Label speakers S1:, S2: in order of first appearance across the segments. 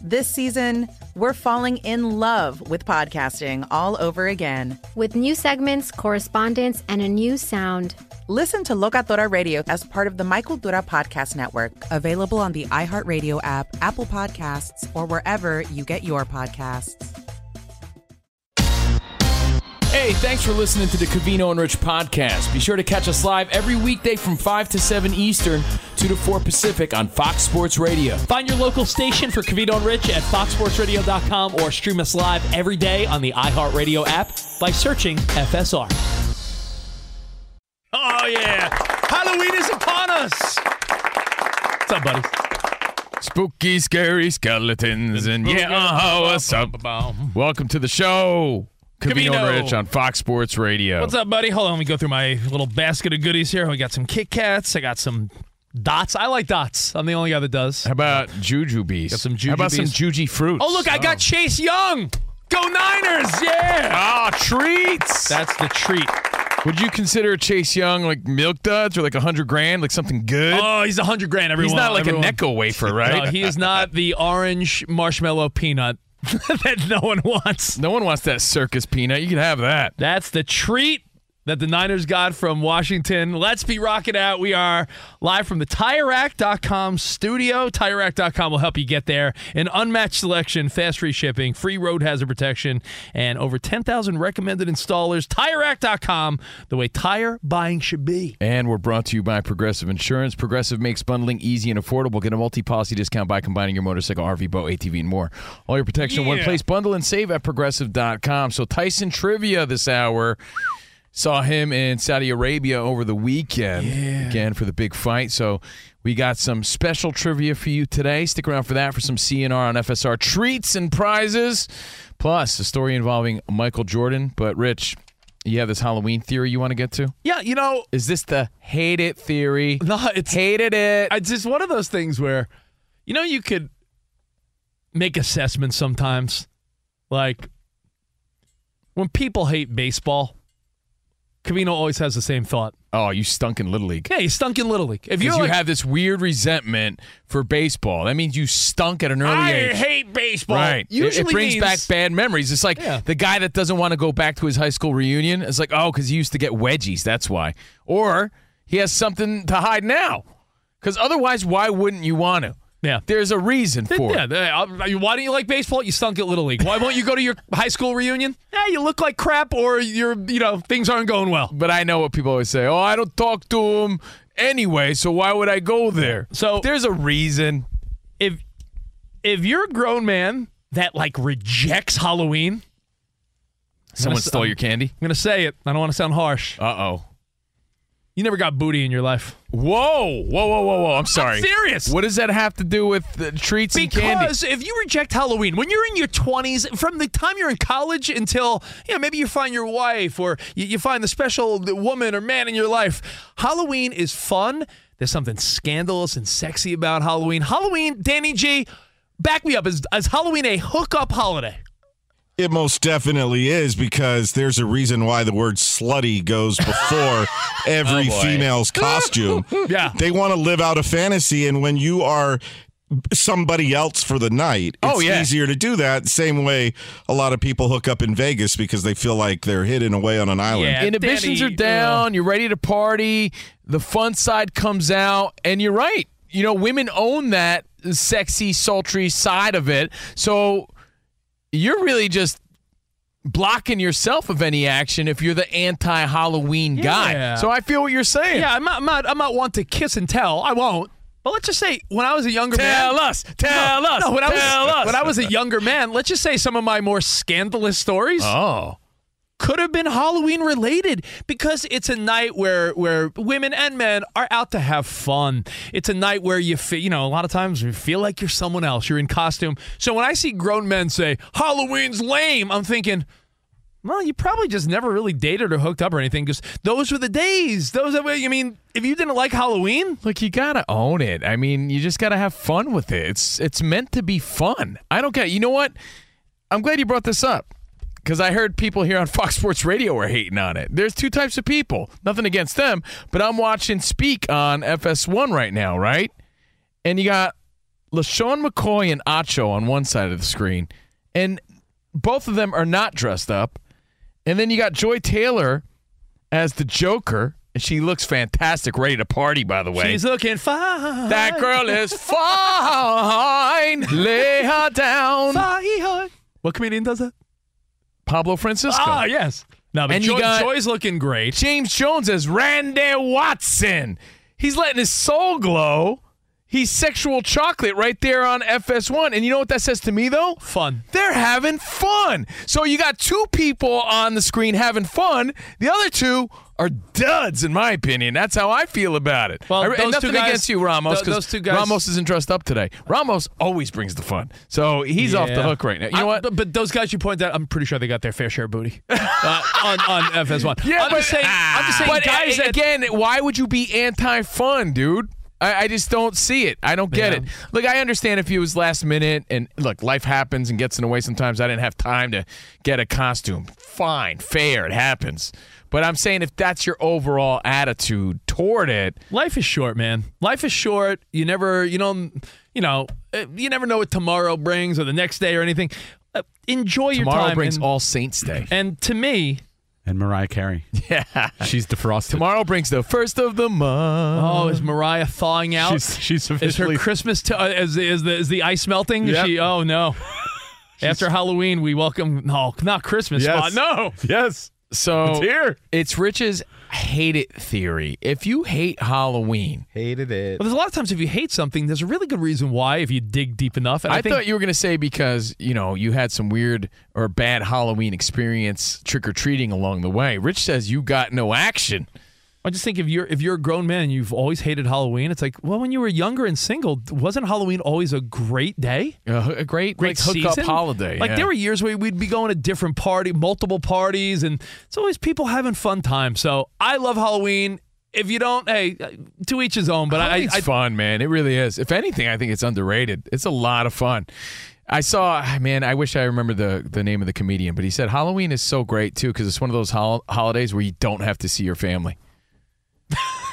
S1: This season, we're falling in love with podcasting all over again.
S2: with new segments, correspondence, and a new sound.
S1: Listen to Locatora Radio as part of the Michael Dura Podcast Network, available on the iHeartRadio app, Apple Podcasts, or wherever you get your podcasts.
S3: Hey, thanks for listening to the Cavino and Rich podcast. Be sure to catch us live every weekday from 5 to 7 Eastern, 2 to 4 Pacific on Fox Sports Radio.
S4: Find your local station for Cavito and Rich at foxsportsradio.com or stream us live every day on the iHeartRadio app by searching FSR. Oh, yeah. Halloween is upon us. What's up, buddy?
S5: Spooky, scary skeletons, and yeah, uh-huh, what's up? Welcome to the show, Camino
S3: Camino.
S5: Rich on Fox Sports Radio.
S4: What's up, buddy? Hold on. Let me go through my little basket of goodies here. We got some Kit Kats. I got some dots. I like dots. I'm the only guy that does.
S5: How about Juju Bees?
S4: Got some
S5: How about
S4: jujubes.
S5: some Juji fruits? Oh.
S4: Oh, look, I got Chase Young. Go Niners. Yeah.
S5: ah treats.
S4: That's the treat.
S5: Would you consider Chase Young like milk duds or like a hundred grand, like something good?
S4: Oh, he's a hundred grand. Everyone.
S5: He's not like
S4: everyone.
S5: a Necco wafer, right?
S4: No, he is not the orange marshmallow peanut that no one wants.
S5: No one wants that circus peanut. You can have that.
S4: That's the treat that the Niners got from Washington. Let's be rocking out. We are live from the TireRack.com studio. TireRack.com will help you get there. An unmatched selection, fast free shipping, free road hazard protection, and over 10,000 recommended installers. TireRack.com, the way tire buying should be.
S5: And we're brought to you by Progressive Insurance. Progressive makes bundling easy and affordable. Get a multi-policy discount by combining your motorcycle, RV, boat, ATV, and more. All your protection in one place. Bundle and save at progressive.com. So Tyson Trivia this hour. Saw him in Saudi Arabia over the weekend again for the big fight. So we got some special trivia for you today. Stick around for that for some CNR on FSR treats and prizes. Plus a story involving Michael Jordan. But Rich, you have this Halloween theory you want to get to?
S4: Yeah, you know,
S5: Is this the hate it theory?
S4: No, it's-
S5: hated it.
S4: it's just one of those things where, you know, you could make assessments sometimes. Like when people hate baseball, Camino always has the same thought.
S5: oh, you stunk in Little League.
S4: Hey, you stunk in Little League. If
S5: Because
S4: you're
S5: you
S4: like,
S5: have this weird resentment for baseball. That means you stunk at an early
S4: I
S5: age.
S4: hate baseball.
S5: Right. It-
S4: Usually
S5: it, brings
S4: means-
S5: back bad memories. It's like
S4: Yeah.
S5: the guy that doesn't want to go back to his high school reunion. It's like, oh, because he used to get wedgies. That's why. Or he has something to hide now. Because otherwise, why wouldn't you want to?
S4: Yeah.
S5: There's a reason for
S4: Yeah,
S5: it.
S4: they- uh, why don't you like baseball? You stunk at Little League. Why won't you go to your high school reunion? Yeah, you look like crap, or you're, you know, things aren't going well.
S5: But I know what people always say. Oh, I don't talk to him anyway, so why would I go there?
S4: So-
S5: there's a reason.
S4: if if you're a grown man that like rejects Halloween,
S5: Someone
S4: s-
S5: stole
S4: um,
S5: your candy.
S4: I'm gonna say it. I don't want to sound harsh.
S5: Uh oh.
S4: You never got booty in your life
S5: Whoa, whoa, whoa, whoa, whoa! I'm sorry.
S4: serious.
S5: What does that have to do with the treats and candy?
S4: because if you reject Halloween when you're in your 20s, from the time you're in college until you know maybe you find your wife or you, you find the special woman or man in your life, Halloween is fun. There's something scandalous and sexy about Halloween. Halloween, Danny G, back me up. Is, is Halloween a hookup holiday?
S1: It most definitely is because there's a reason why the word slutty goes before every
S5: boy.
S1: female's costume.
S4: Oh, Yeah.
S1: They want to live out a fantasy, and when you are somebody else for the night, it's
S5: Oh, yeah.
S1: easier to do that. Same way a lot of people hook up in Vegas because they feel like they're hidden away on an island.
S4: Yeah.
S5: Inhibitions
S4: Danny,
S5: are down. You're ready to party. The fun side comes out, and you're right. You know, women own that sexy, sultry side of it. So you're really just blocking yourself of any action if you're the anti-Halloween
S4: Yeah.
S5: guy. So I feel what you're saying.
S4: Yeah, I'm not, I'm not. I'm not one to kiss and tell. I won't. But let's just say when I was a younger man.
S5: Tell us. Tell us.
S4: No, when I was
S5: tell us.
S4: when I was a younger man, let's just say some of my more scandalous stories
S5: oh.
S4: could have been Halloween related because it's a night where where women and men are out to have fun. It's a night where you feel, you know, a lot of times you feel like you're someone else. You're in costume. So when I see grown men say Halloween's lame, I'm thinking. Well, you probably just never really dated or hooked up or anything because those were the days. Those are, I mean, if you didn't like Halloween,
S5: Look, you gotta own it. I mean, you just gotta have fun with it. It's it's meant to be fun. I don't get. You know what? I'm glad you brought this up because I heard people here on Fox Sports Radio were hating on it. There's two types of people. Nothing against them, but I'm watching Speak on FS1 right now, right? And you got LaShawn McCoy and Acho on one side of the screen, and both of them are not dressed up. And then you got Joy Taylor as the Joker, and she looks fantastic, ready to party. By the way,
S4: she's looking fine.
S5: that girl is fine. Lay her down.
S4: Fine. What comedian does that?
S5: Pablo Francisco.
S4: Ah, yes. No, but
S5: And you
S4: Joy,
S5: got-
S4: Joy's looking great.
S5: James Jones as Randy Watson. He's letting his soul glow. He's sexual chocolate right there on FS1. And you know what that says to me, though?
S4: Fun.
S5: They're having fun. So you got two people on the screen having fun. The other two are duds, in my opinion. That's how I feel about it.
S4: Well,
S5: I, and
S4: those two
S5: nothing
S4: guys-
S5: against you, Ramos,
S4: tho- those
S5: because
S4: two guys-
S5: Ramos isn't dressed up today. Ramos always brings the fun. So he's off the
S4: Yeah.
S5: hook right now. You know
S4: I-
S5: what?
S4: But, but those guys you pointed out, I'm pretty sure they got their fair share of booty uh, on, on FS1.
S5: Yeah,
S4: I'm
S5: but
S4: just saying. I'm just saying,
S5: But
S4: guys.
S5: a-
S4: that-
S5: again, why would you be anti-fun, dude? I, I just don't see it. I don't get
S4: Yeah.
S5: it. Look, I understand if it was last minute, and look, life happens and gets in the way. Sometimes I didn't have time to get a costume. Fine, fair, it happens. But I'm saying if that's your overall attitude toward it,
S4: life is short, man. Life is short. You never, you know, you know, uh, you never know what tomorrow brings or the next day or anything. Uh, enjoy your
S5: tomorrow
S4: time.
S5: brings
S4: and,
S5: All Saints Day.
S4: and to me,
S6: And Mariah Carey.
S5: Yeah,
S6: She's defrosted.
S5: tomorrow brings the first of the month.
S4: oh, is Mariah thawing out?
S6: She's- she's
S4: is her
S6: officially-
S4: Christmas? T- uh, is, is the is the ice melting? Is
S6: Yep.
S4: she? Oh no. After Halloween, we welcome no, not Christmas.
S6: Yes.
S4: no,
S6: Yes.
S5: So
S6: It's here.
S5: It's Rich's hate it theory. If you hate Halloween,
S6: Hated it.
S4: But there's a lot of times if you hate something, there's a really good reason why if you dig deep enough. And I,
S5: I,
S4: think
S5: thought you were going to say because, you know, you had some weird or bad Halloween experience trick or treating along the way. Rich says you got no action.
S4: I just think if you're if you're a grown man and you've always hated Halloween, it's like well when you were younger and single, wasn't Halloween always a great day?
S5: Uh, a
S4: Great
S5: great, great like, hookup
S4: season?
S5: holiday.
S4: Like
S5: yeah.
S4: there were years where we'd be going to different party, multiple parties, and it's always people having fun time. So I love Halloween. If you don't, hey, to each his own. But I,
S5: it's
S4: I
S5: fun, man. It really is. If anything, I think it's underrated. It's a lot of fun. I saw, man. I wish I remember the the name of the comedian, but he said Halloween is so great too because it's one of those hol- holidays where you don't have to see your family.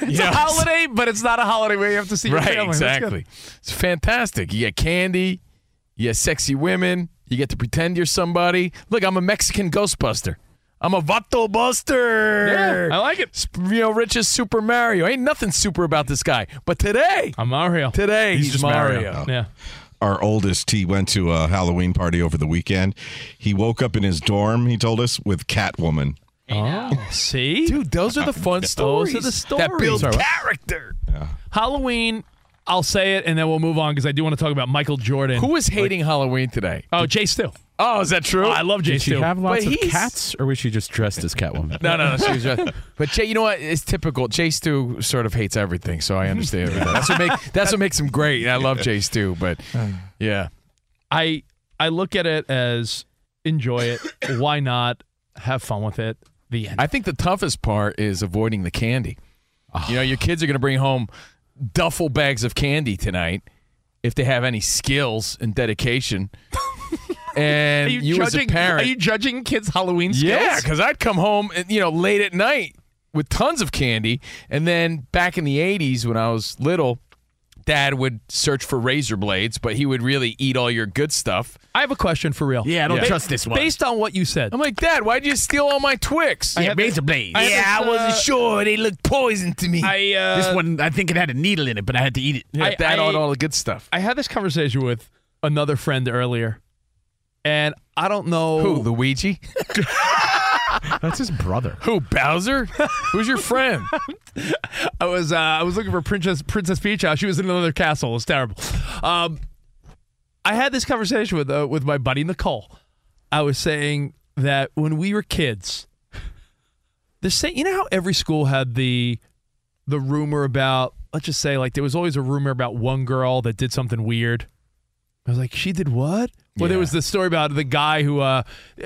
S4: it's a holiday, but it's not a holiday where you have to see
S5: right,
S4: your family. That's good.
S5: exactly. It's fantastic. You get candy, you get sexy women, you get to pretend you're somebody. Look, I'm a Mexican Ghostbuster. I'm a Vato Buster.
S4: Yeah, I like it.
S5: Sp- You know, Rich is Super Mario. Ain't nothing super about this guy. But today,
S4: I'm Mario.
S5: today he's,
S1: just
S5: Mario. Oh.
S1: Mario.
S4: Yeah.
S1: our oldest, he went to a Halloween party over the weekend. He woke up in his dorm, he told us, with Catwoman.
S4: Oh, see,
S5: Dude, those are the fun
S4: Those
S5: stories.
S4: are the stories.
S5: that build
S4: Sorry, what?
S5: character.
S4: Halloween, I'll say it and then we'll move on because I do want to talk about Michael Jordan.
S5: Who is hating Halloween today?
S4: Oh, Jay Still.
S5: Oh, is that true?
S4: Oh, I love Jay
S7: Did she
S4: Still.
S7: have lots
S5: But
S7: of
S5: he's-
S7: cats, or was she just dressed as Catwoman?
S5: No, no, no. She was right. But Jay, you know what? It's typical. Jay Stu sort of hates everything, so I understand. everything. That's what make, that's what makes him great. And I love Jay Stu, but yeah,
S4: I I look at it as enjoy it. Why not have fun with it? The end.
S5: I think the toughest part is avoiding the candy. You know, your
S4: Ah.
S5: kids are going to bring home duffel bags of candy tonight if they have any skills and dedication. and you, as a
S4: judging,
S5: parent,
S4: Are you judging kids' Halloween skills?
S5: Yeah, because I'd come home, and, you know, late at night with tons of candy, and then back in the '80s when I was little, Dad would search for razor blades, but he would really eat all your good stuff.
S4: I have a question for real.
S8: Yeah, I don't
S5: Yeah.
S8: trust this one.
S4: Based on what you said,
S5: I'm like, Dad, why'd you steal all my Twix?
S8: yeah, razor blade.
S4: I had
S8: yeah,
S4: this,
S8: I wasn't
S4: uh,
S8: sure. They looked poison to me.
S4: I uh,
S8: this one, I think it had a needle in it, but I had to eat it.
S5: Yeah,
S4: I-
S5: Dad
S4: I-
S5: ate all the good stuff.
S4: I had this conversation with another friend earlier, and I don't know
S5: Who, Luigi?
S7: That's his brother.
S5: Who, Bowser? Who's your friend?
S4: I was uh, I was looking for Princess Princess Peach. House. She was in another castle. It was terrible. Um, I had this conversation with uh, with my buddy Nicole. I was saying that when we were kids, the sa- you know how every school had the the rumor about let's just say like there was always a rumor about one girl that did something weird. I was like, she did what? Well, there was the story about the guy who uh,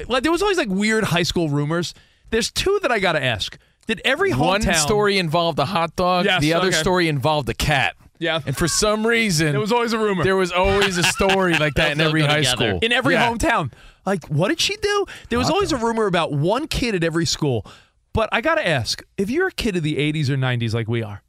S4: like there was always like weird high school rumors. There's two that I got to ask. Did every
S5: One
S4: hometown
S5: story involved a hot dog.
S4: Yes,
S5: the other
S4: okay.
S5: story involved a cat.
S4: Yeah.
S5: And for some reason,
S4: There was always a rumor.
S5: there was always a story like that in
S8: Those
S5: every
S8: don't go
S5: high
S8: together.
S5: school.
S4: in every
S5: Yeah.
S4: hometown. Like, what did she do? There was always a rumor about one kid at every school. But I gotta ask, if you're a kid of the '80s or '90s, like we are,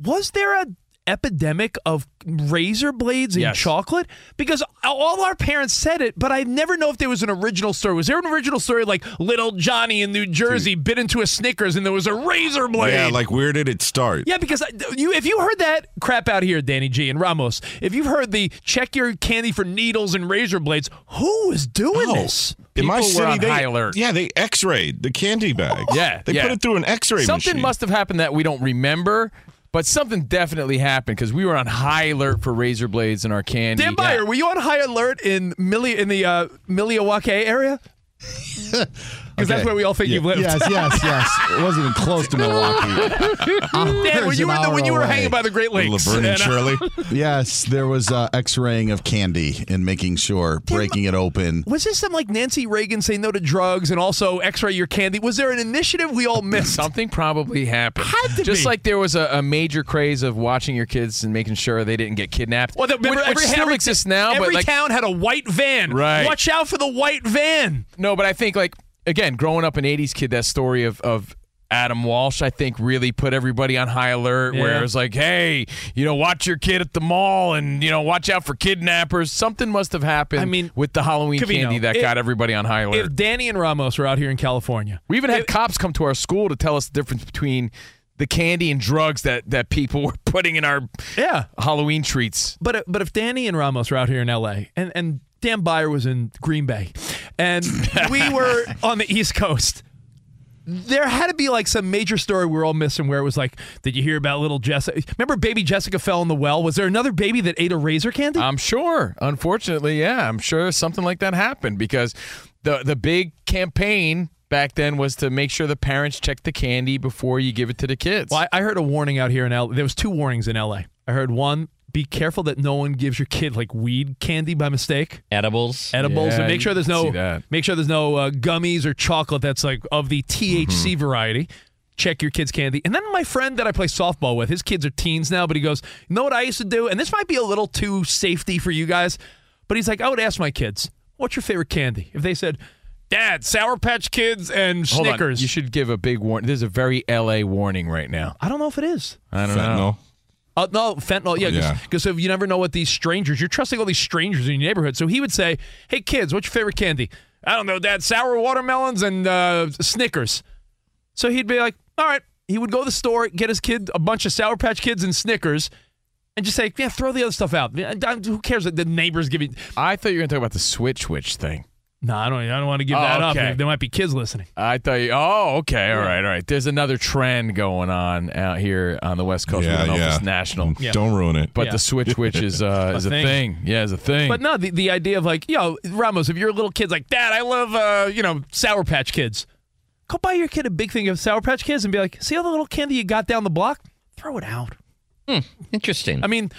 S4: was there a epidemic of razor blades and
S5: Yes.
S4: chocolate? Because all our parents said it, but I never know if there was an original story. Was there an original story like little Johnny in New Jersey bit into a Snickers and there was a razor blade?
S1: Yeah, like where did it start?
S4: Yeah, because I- you if you heard that crap out here, Danny G and Ramos, if you've heard the check your candy for needles and razor blades, who was doing
S1: Oh,
S4: this?
S1: in my
S5: People were
S1: city,
S5: on
S1: they,
S5: high alert.
S1: yeah, they X-rayed the candy bag.
S5: Yeah,
S1: they
S5: yeah.
S1: put it through an X-ray
S5: Something
S1: machine.
S5: must have happened that we don't remember, but something definitely happened because we were on high alert for razor blades in our candy.
S4: Dan Byer, were you on high alert in Millie in the uh, Milwaukee area? Because that's
S7: Okay.
S4: where we all think you've lived.
S7: Yes, yes, yes. It wasn't even close to Milwaukee.
S4: Dan, when you were in the, when you were hanging by the Great Lakes,
S1: Laverne
S4: and,
S1: and
S4: uh,
S1: Shirley.
S7: Yes, there was uh, X-raying of candy and making sure, breaking it open.
S4: was this some like Nancy Reagan say no to drugs and also X-ray your candy? Was there an initiative we all missed?
S5: Something probably happened.
S4: Had to
S5: Just
S4: be.
S5: like there was a, a major craze of watching your kids and making sure they didn't get kidnapped.
S4: Well, the-
S5: which,
S4: remember,
S5: which
S4: every,
S5: still
S4: every-
S5: exists now,
S4: Every
S5: but like
S4: town had a white van.
S5: Right.
S4: Watch out for the white van.
S5: No, but I think like again, growing up an '80s kid, that story of of Adam Walsh, I think, really put everybody on high alert. Where
S4: Yeah.
S5: it was like, hey, you know, watch your kid at the mall, and you know, watch out for kidnappers. Something must have happened.
S4: I mean,
S5: with the Halloween
S4: Covino,
S5: candy that
S4: if-
S5: got everybody on high alert.
S4: If Danny and Ramos were out here in California,
S5: we even had cops come to our school to tell us the difference between the candy and drugs that that people were putting in our
S4: yeah.
S5: Halloween treats.
S4: But but if Danny and Ramos were out here in L.A. and and Dan Byer was in Green Bay, and we were on the East Coast. There had to be like some major story we were all missing where it was like, did you hear about little Jessica? Remember baby Jessica fell in the well? Was there another baby that ate a razor candy?
S5: I'm sure. Unfortunately, yeah, I'm sure something like that happened because the the big campaign back then was to make sure the parents check the candy before you give it to the kids.
S4: Well, I, I heard a warning out here in L. There was two warnings in L.A. I heard one: be careful that no one gives your kid like weed candy by mistake.
S8: Edibles.
S4: edibles
S5: Yeah,
S4: and make
S5: you
S4: sure there's
S5: can see
S4: no
S5: that.
S4: make sure there's no uh, gummies or chocolate that's like of the THC
S5: Mm-hmm.
S4: variety. Check your kids' candy. And then my friend that I play softball with, his kids are teens now, but he goes, "You know what I used to do?" And this might be a little too safety for you guys, but he's like, "I would ask my kids, what's your favorite candy?" If they said, "Dad, Sour Patch Kids and
S5: Hold on.
S4: Snickers,"
S5: You should give a big warning. There's a very LA warning right now.
S4: I don't know if it is.
S5: I don't know.
S1: Fentanyl.
S4: Uh, no, fentanyl. Yeah,
S1: Yeah.
S4: because you never know what these strangers. You're trusting all these strangers in your neighborhood. So he would say, "Hey kids, what's your favorite candy? I don't know, Dad. Sour watermelons and uh, Snickers." So he'd be like, "All right." He would go to the store, get his kid a bunch of Sour Patch Kids and Snickers, and just say, "Yeah, throw the other stuff out. Yeah, I- I- Who cares that the neighbors give you?"
S5: I thought you were going to talk about the Switch Witch thing.
S4: No, I don't. I don't want to give
S5: Oh,
S4: that
S5: okay.
S4: up. There might be kids listening.
S5: I thought you. Oh, okay. All right. All right. There's another trend going on out here on the West Coast. we
S1: Yeah,
S5: don't know if
S1: yeah.
S5: it's national,
S4: Yeah.
S1: Don't ruin it.
S5: but
S4: Yeah.
S5: the Switch Witch is uh, is a
S4: thing.
S5: thing. Yeah, is a thing.
S4: But no, the, the idea of like, yo, Ramos, if your little kid's like, Dad, I love, uh, you know, Sour Patch Kids, go buy your kid a big thing of Sour Patch Kids and be like, see all the little candy you got down the block? Throw it out.
S8: Interesting.
S4: I mean,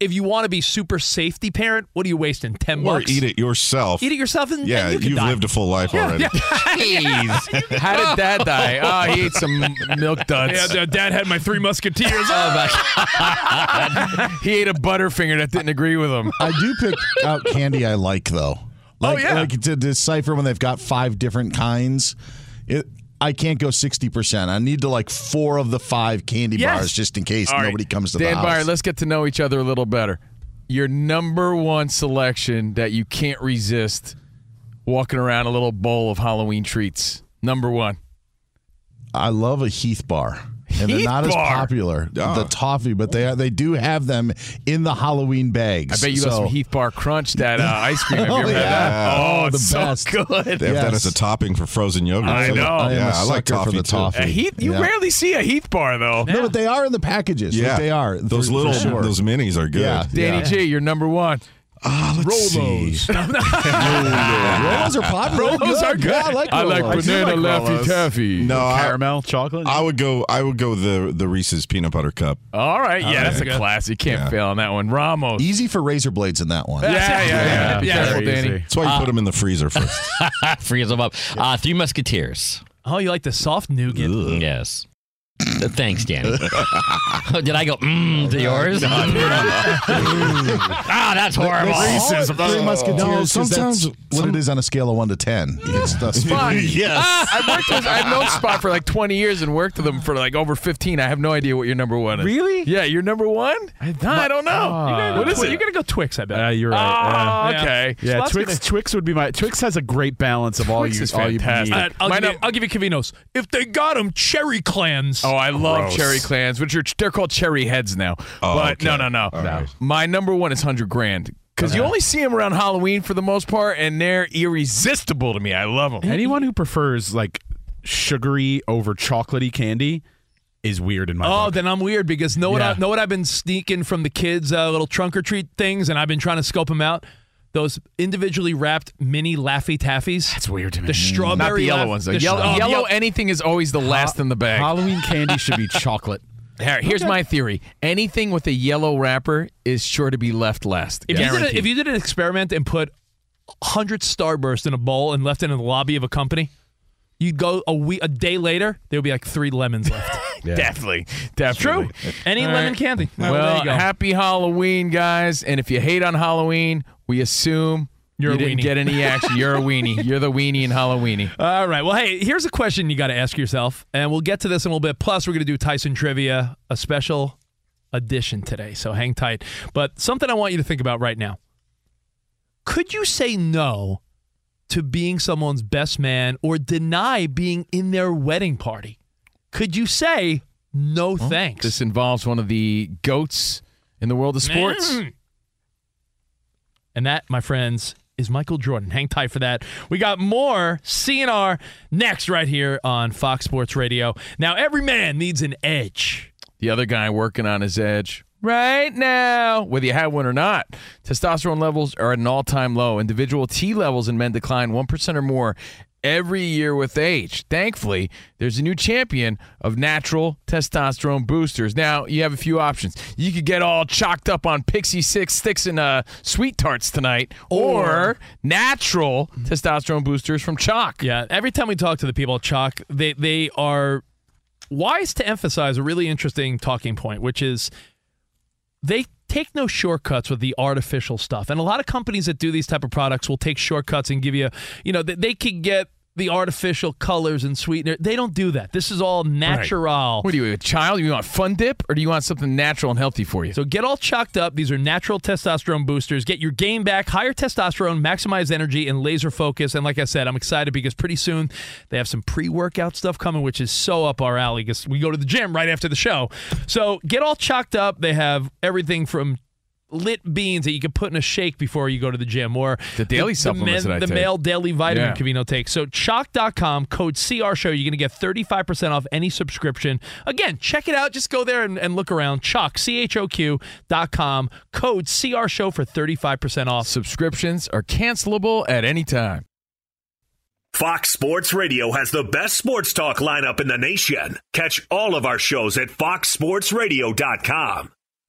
S4: if you want to be super safety parent, what are you wasting? 10
S1: or
S4: bucks?
S1: eat it yourself.
S4: Eat it yourself and
S1: Yeah,
S4: and you can
S1: you've
S4: die.
S1: lived a full life already.
S8: Jeez.
S5: How did Dad die? Oh, he ate some milk duds.
S4: Yeah, Dad had my three musketeers. oh,
S5: He ate a Butterfinger that didn't agree with him.
S7: I do pick out candy I like, though.
S4: Oh,
S7: Like,
S4: yeah.
S7: like to decipher when they've got five different kinds. It, I can't go sixty percent. I need to like four of the five candy
S5: Yes.
S7: bars just in case
S5: All right.
S7: nobody comes to
S5: Dan
S7: the house.
S5: Byer, let's get to know each other a little better. Your number one selection that you can't resist walking around a little bowl of Halloween treats. Number one.
S7: I love a Heath bar. And they're
S5: Heath
S7: not as
S5: bar?
S7: popular,
S5: Ah.
S7: the toffee, but they are, they do have them in the Halloween
S5: I
S7: bags.
S5: bet you got some Heath Bar Crunch that uh, ice cream. Have you
S7: Oh,
S5: ever had that?
S7: yeah.
S5: Oh, it's so
S7: The best.
S5: good.
S1: They have that as a topping for frozen yogurt.
S5: I
S1: So,
S5: know. I am
S1: yeah,
S5: a
S1: I like
S5: sucker for
S1: toffee
S5: the
S1: too.
S5: toffee. A Heath- you Yeah. rarely see a Heath bar though.
S7: No, but they are in the packages. Like,
S1: Yeah,
S7: they are.
S1: Those
S7: for- for
S1: little,
S7: sure.
S1: those minis are good.
S7: Yeah.
S5: Danny
S7: Yeah.
S5: G, you're number one.
S1: Ah, let's see.
S7: Rolos are popular.
S5: Rolos are good.
S7: Yeah, I like Rolos.
S5: Taffy.
S1: No,
S8: caramel chocolate.
S1: I would go. I would go the the Reese's peanut butter cup.
S5: All right, yeah,
S1: All
S5: that's
S1: right.
S5: a classic. You can't
S1: Yeah.
S5: fail on that one. Ramos.
S7: Easy for razor blades in that one.
S5: Yeah, yeah, yeah.
S8: Be
S5: yeah.
S8: careful,
S5: Danny.
S8: Danny.
S1: That's why you put them in the freezer first.
S8: Freeze them up. Uh, Three Musketeers. Mm,
S4: Oh, you like the soft nougat?
S8: Yes. Uh, Thanks, Danny. Did I go mm to yours? ah, that's horrible.
S7: Three Musketeers.
S1: No,
S7: 'cause
S1: sometimes-
S7: that's what it is on a scale of one to ten. It's the spot.
S5: Ah, I've worked with, I've known Spot for like 20 years and worked with him for like over 15. I have no idea what your number one is.
S4: Really?
S5: Yeah, your number one?
S9: I
S5: No, I don't know.
S6: Ah.
S5: what is it?
S4: You're gonna go Twix, I bet.
S9: Uh, you're
S5: Oh,
S9: right. yeah.
S5: okay.
S9: Yeah,
S4: Slots
S9: Twix.
S4: gonna-
S9: Twix would be my. Twix has a great balance of all
S5: Twix
S9: you
S5: is
S9: all you
S5: fantastic.
S9: need.
S4: Uh, I'll,
S5: Mine
S4: give you,
S5: are-
S4: I'll give you Cavino's. If they got them, cherry clans.
S5: Oh, I love
S1: Gross.
S5: cherry clans, which are they're called cherry heads now.
S1: Oh,
S5: but
S1: okay.
S5: no, no, no.
S1: All right.
S5: My number one is hundred grand because you only see them around Halloween for the most part, and they're irresistible to me. I love them.
S9: Anyone who prefers like sugary over chocolatey candy is weird in my
S4: Oh,
S9: book.
S4: then I'm weird because know what? I,
S9: Yeah.
S4: know what I've been sneaking from the kids' uh, little trunk or treat things, and I've been trying to scope them out. Those individually wrapped mini Laffy Taffies.
S9: That's weird to me.
S4: the strawberry
S5: Mm. Not the yellow
S4: Laff-
S5: ones. though.
S4: the
S5: yellow,
S4: stra- oh,
S5: yellow
S4: yel-
S5: anything is always the last in the bag.
S9: Halloween candy should be chocolate.
S5: Here- here's my theory: anything with a yellow wrapper is sure to be left last.
S4: If you, did a,
S5: Guaranteed.
S4: if you did an experiment and put 100 Starburst in a bowl and left it in the lobby of a company, you'd go a week, a day later, there would be like three lemons left.
S5: Definitely, definitely.
S4: Any
S5: All
S4: lemon
S5: right.
S4: candy.
S5: Well,
S4: there you go.
S5: happy Halloween, guys! And if you hate on Halloween, we assume
S4: You're
S5: you
S4: a
S5: didn't
S4: weenie.
S5: get any action. You're a weenie. You're the weenie in Halloweeny.
S4: All right. Well, hey, here's a question you got to ask yourself, and we'll get to this in a little bit. Plus, we're going to do Tyson trivia, a special edition today. So hang tight. But something I want you to think about right now could you say no to being someone's best man or deny being in their wedding party? Could you say no thanks?
S5: This involves one of the goats in the world of sports.
S4: Mm. And that, my friends, is Michael Jordan. Hang tight for that. We got more CNR next right here on Fox Sports Radio. Now, every man needs an edge.
S5: The other guy working on his edge right now, whether you have one or not. Testosterone levels are at an all time low. Individual T levels in men decline 1% or more every year with age. Thankfully, there's a new champion of natural testosterone boosters. Now, you have a few options. You could get all chalked up on Pixie Six sticks and uh, sweet tarts tonight, or natural testosterone boosters from Chalk.
S4: Yeah, every time we talk to the people at Chalk, they, they are wise to emphasize a really interesting talking point, which is they take no shortcuts with the artificial stuff. And a lot of companies that do these type of products will take shortcuts and give you, you know, they, they could get the artificial colors and sweetener. They don't do that. This is all natural.
S5: What do you, a child? You want fun dip, or do you want something natural and healthy for you?
S4: So get all chalked up. These are natural testosterone boosters. Get your game back, higher testosterone, maximize energy, and laser focus. And like I said, I'm excited because pretty soon they have some pre workout stuff coming, which is so up our alley because we go to the gym right after the show. So get all chalked up. They have everything from lit beans that you can put in a shake before you go to the gym or
S5: The daily supplements that I
S4: the
S5: take.
S4: male daily vitamin
S5: Yeah.
S4: Cavino takes. So chalk.com code CR show you're going to get 35% off any subscription. Again, check it out just go there and, and look around chalk c h o q.com code CR show for 35% off.
S5: Subscriptions are cancelable at any time.
S10: Fox Sports Radio has the best sports talk lineup in the nation. Catch all of our shows at foxsportsradio.com.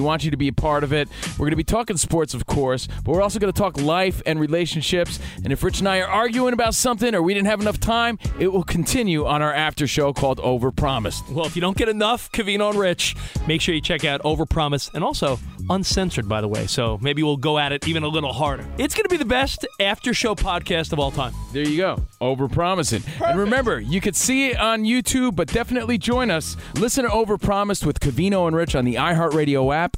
S5: want you to be a part of it. We're going to be talking sports, of course, but we're also going to talk life and relationships. And if Rich and I are arguing about something or we didn't have enough time, it will continue on our after show called Overpromised.
S11: Well, if you don't get enough Cavino and Rich, make sure you check out Overpromise and also Uncensored, by the way. So maybe we'll go at it even a little harder. It's going to be the best after show podcast of all time.
S5: There you go. Overpromising. And remember, you could see it on YouTube, but definitely join us. Listen to Overpromised with Cavino and Rich on the iHeartRadio app,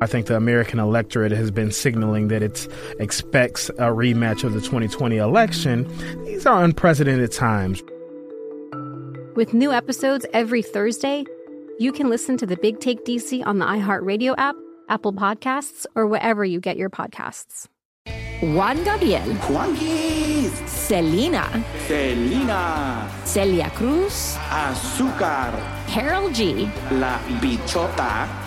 S12: I think the American electorate has been signaling that it expects a rematch of the 2020 election. These are unprecedented times.
S13: With new episodes every Thursday, you can listen to the Big Take DC on the iHeartRadio app, Apple Podcasts, or wherever you get your podcasts.
S14: Juan Gabriel. Selena.
S15: Selena.
S14: Celia Cruz.
S15: Azúcar.
S14: Carol G.
S15: La bichota.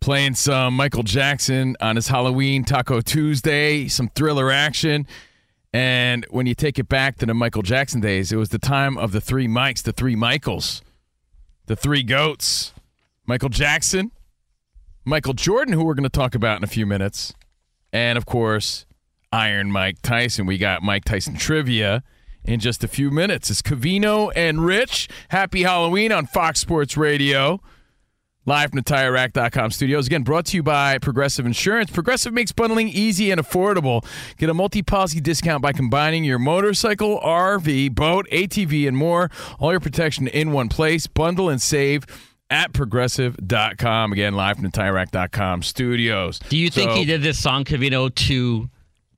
S5: Playing some Michael Jackson on his Halloween Taco Tuesday, some thriller action. And when you take it back to the Michael Jackson days, it was the time of the three mics, the three Michaels, the three goats Michael Jackson, Michael Jordan, who we're going to talk about in a few minutes, and of course, Iron Mike Tyson. We got Mike Tyson trivia in just a few minutes. It's Cavino and Rich. Happy Halloween on Fox Sports Radio. Live from the TireRack.com studios. Again, brought to you by Progressive Insurance. Progressive makes bundling easy and affordable. Get a multi-policy discount by combining your motorcycle, RV, boat, ATV, and more. All your protection in one place. Bundle and save at Progressive.com. Again, live from the TireRack.com studios.
S8: Do you think
S5: So-
S8: he did this song, Cavino, to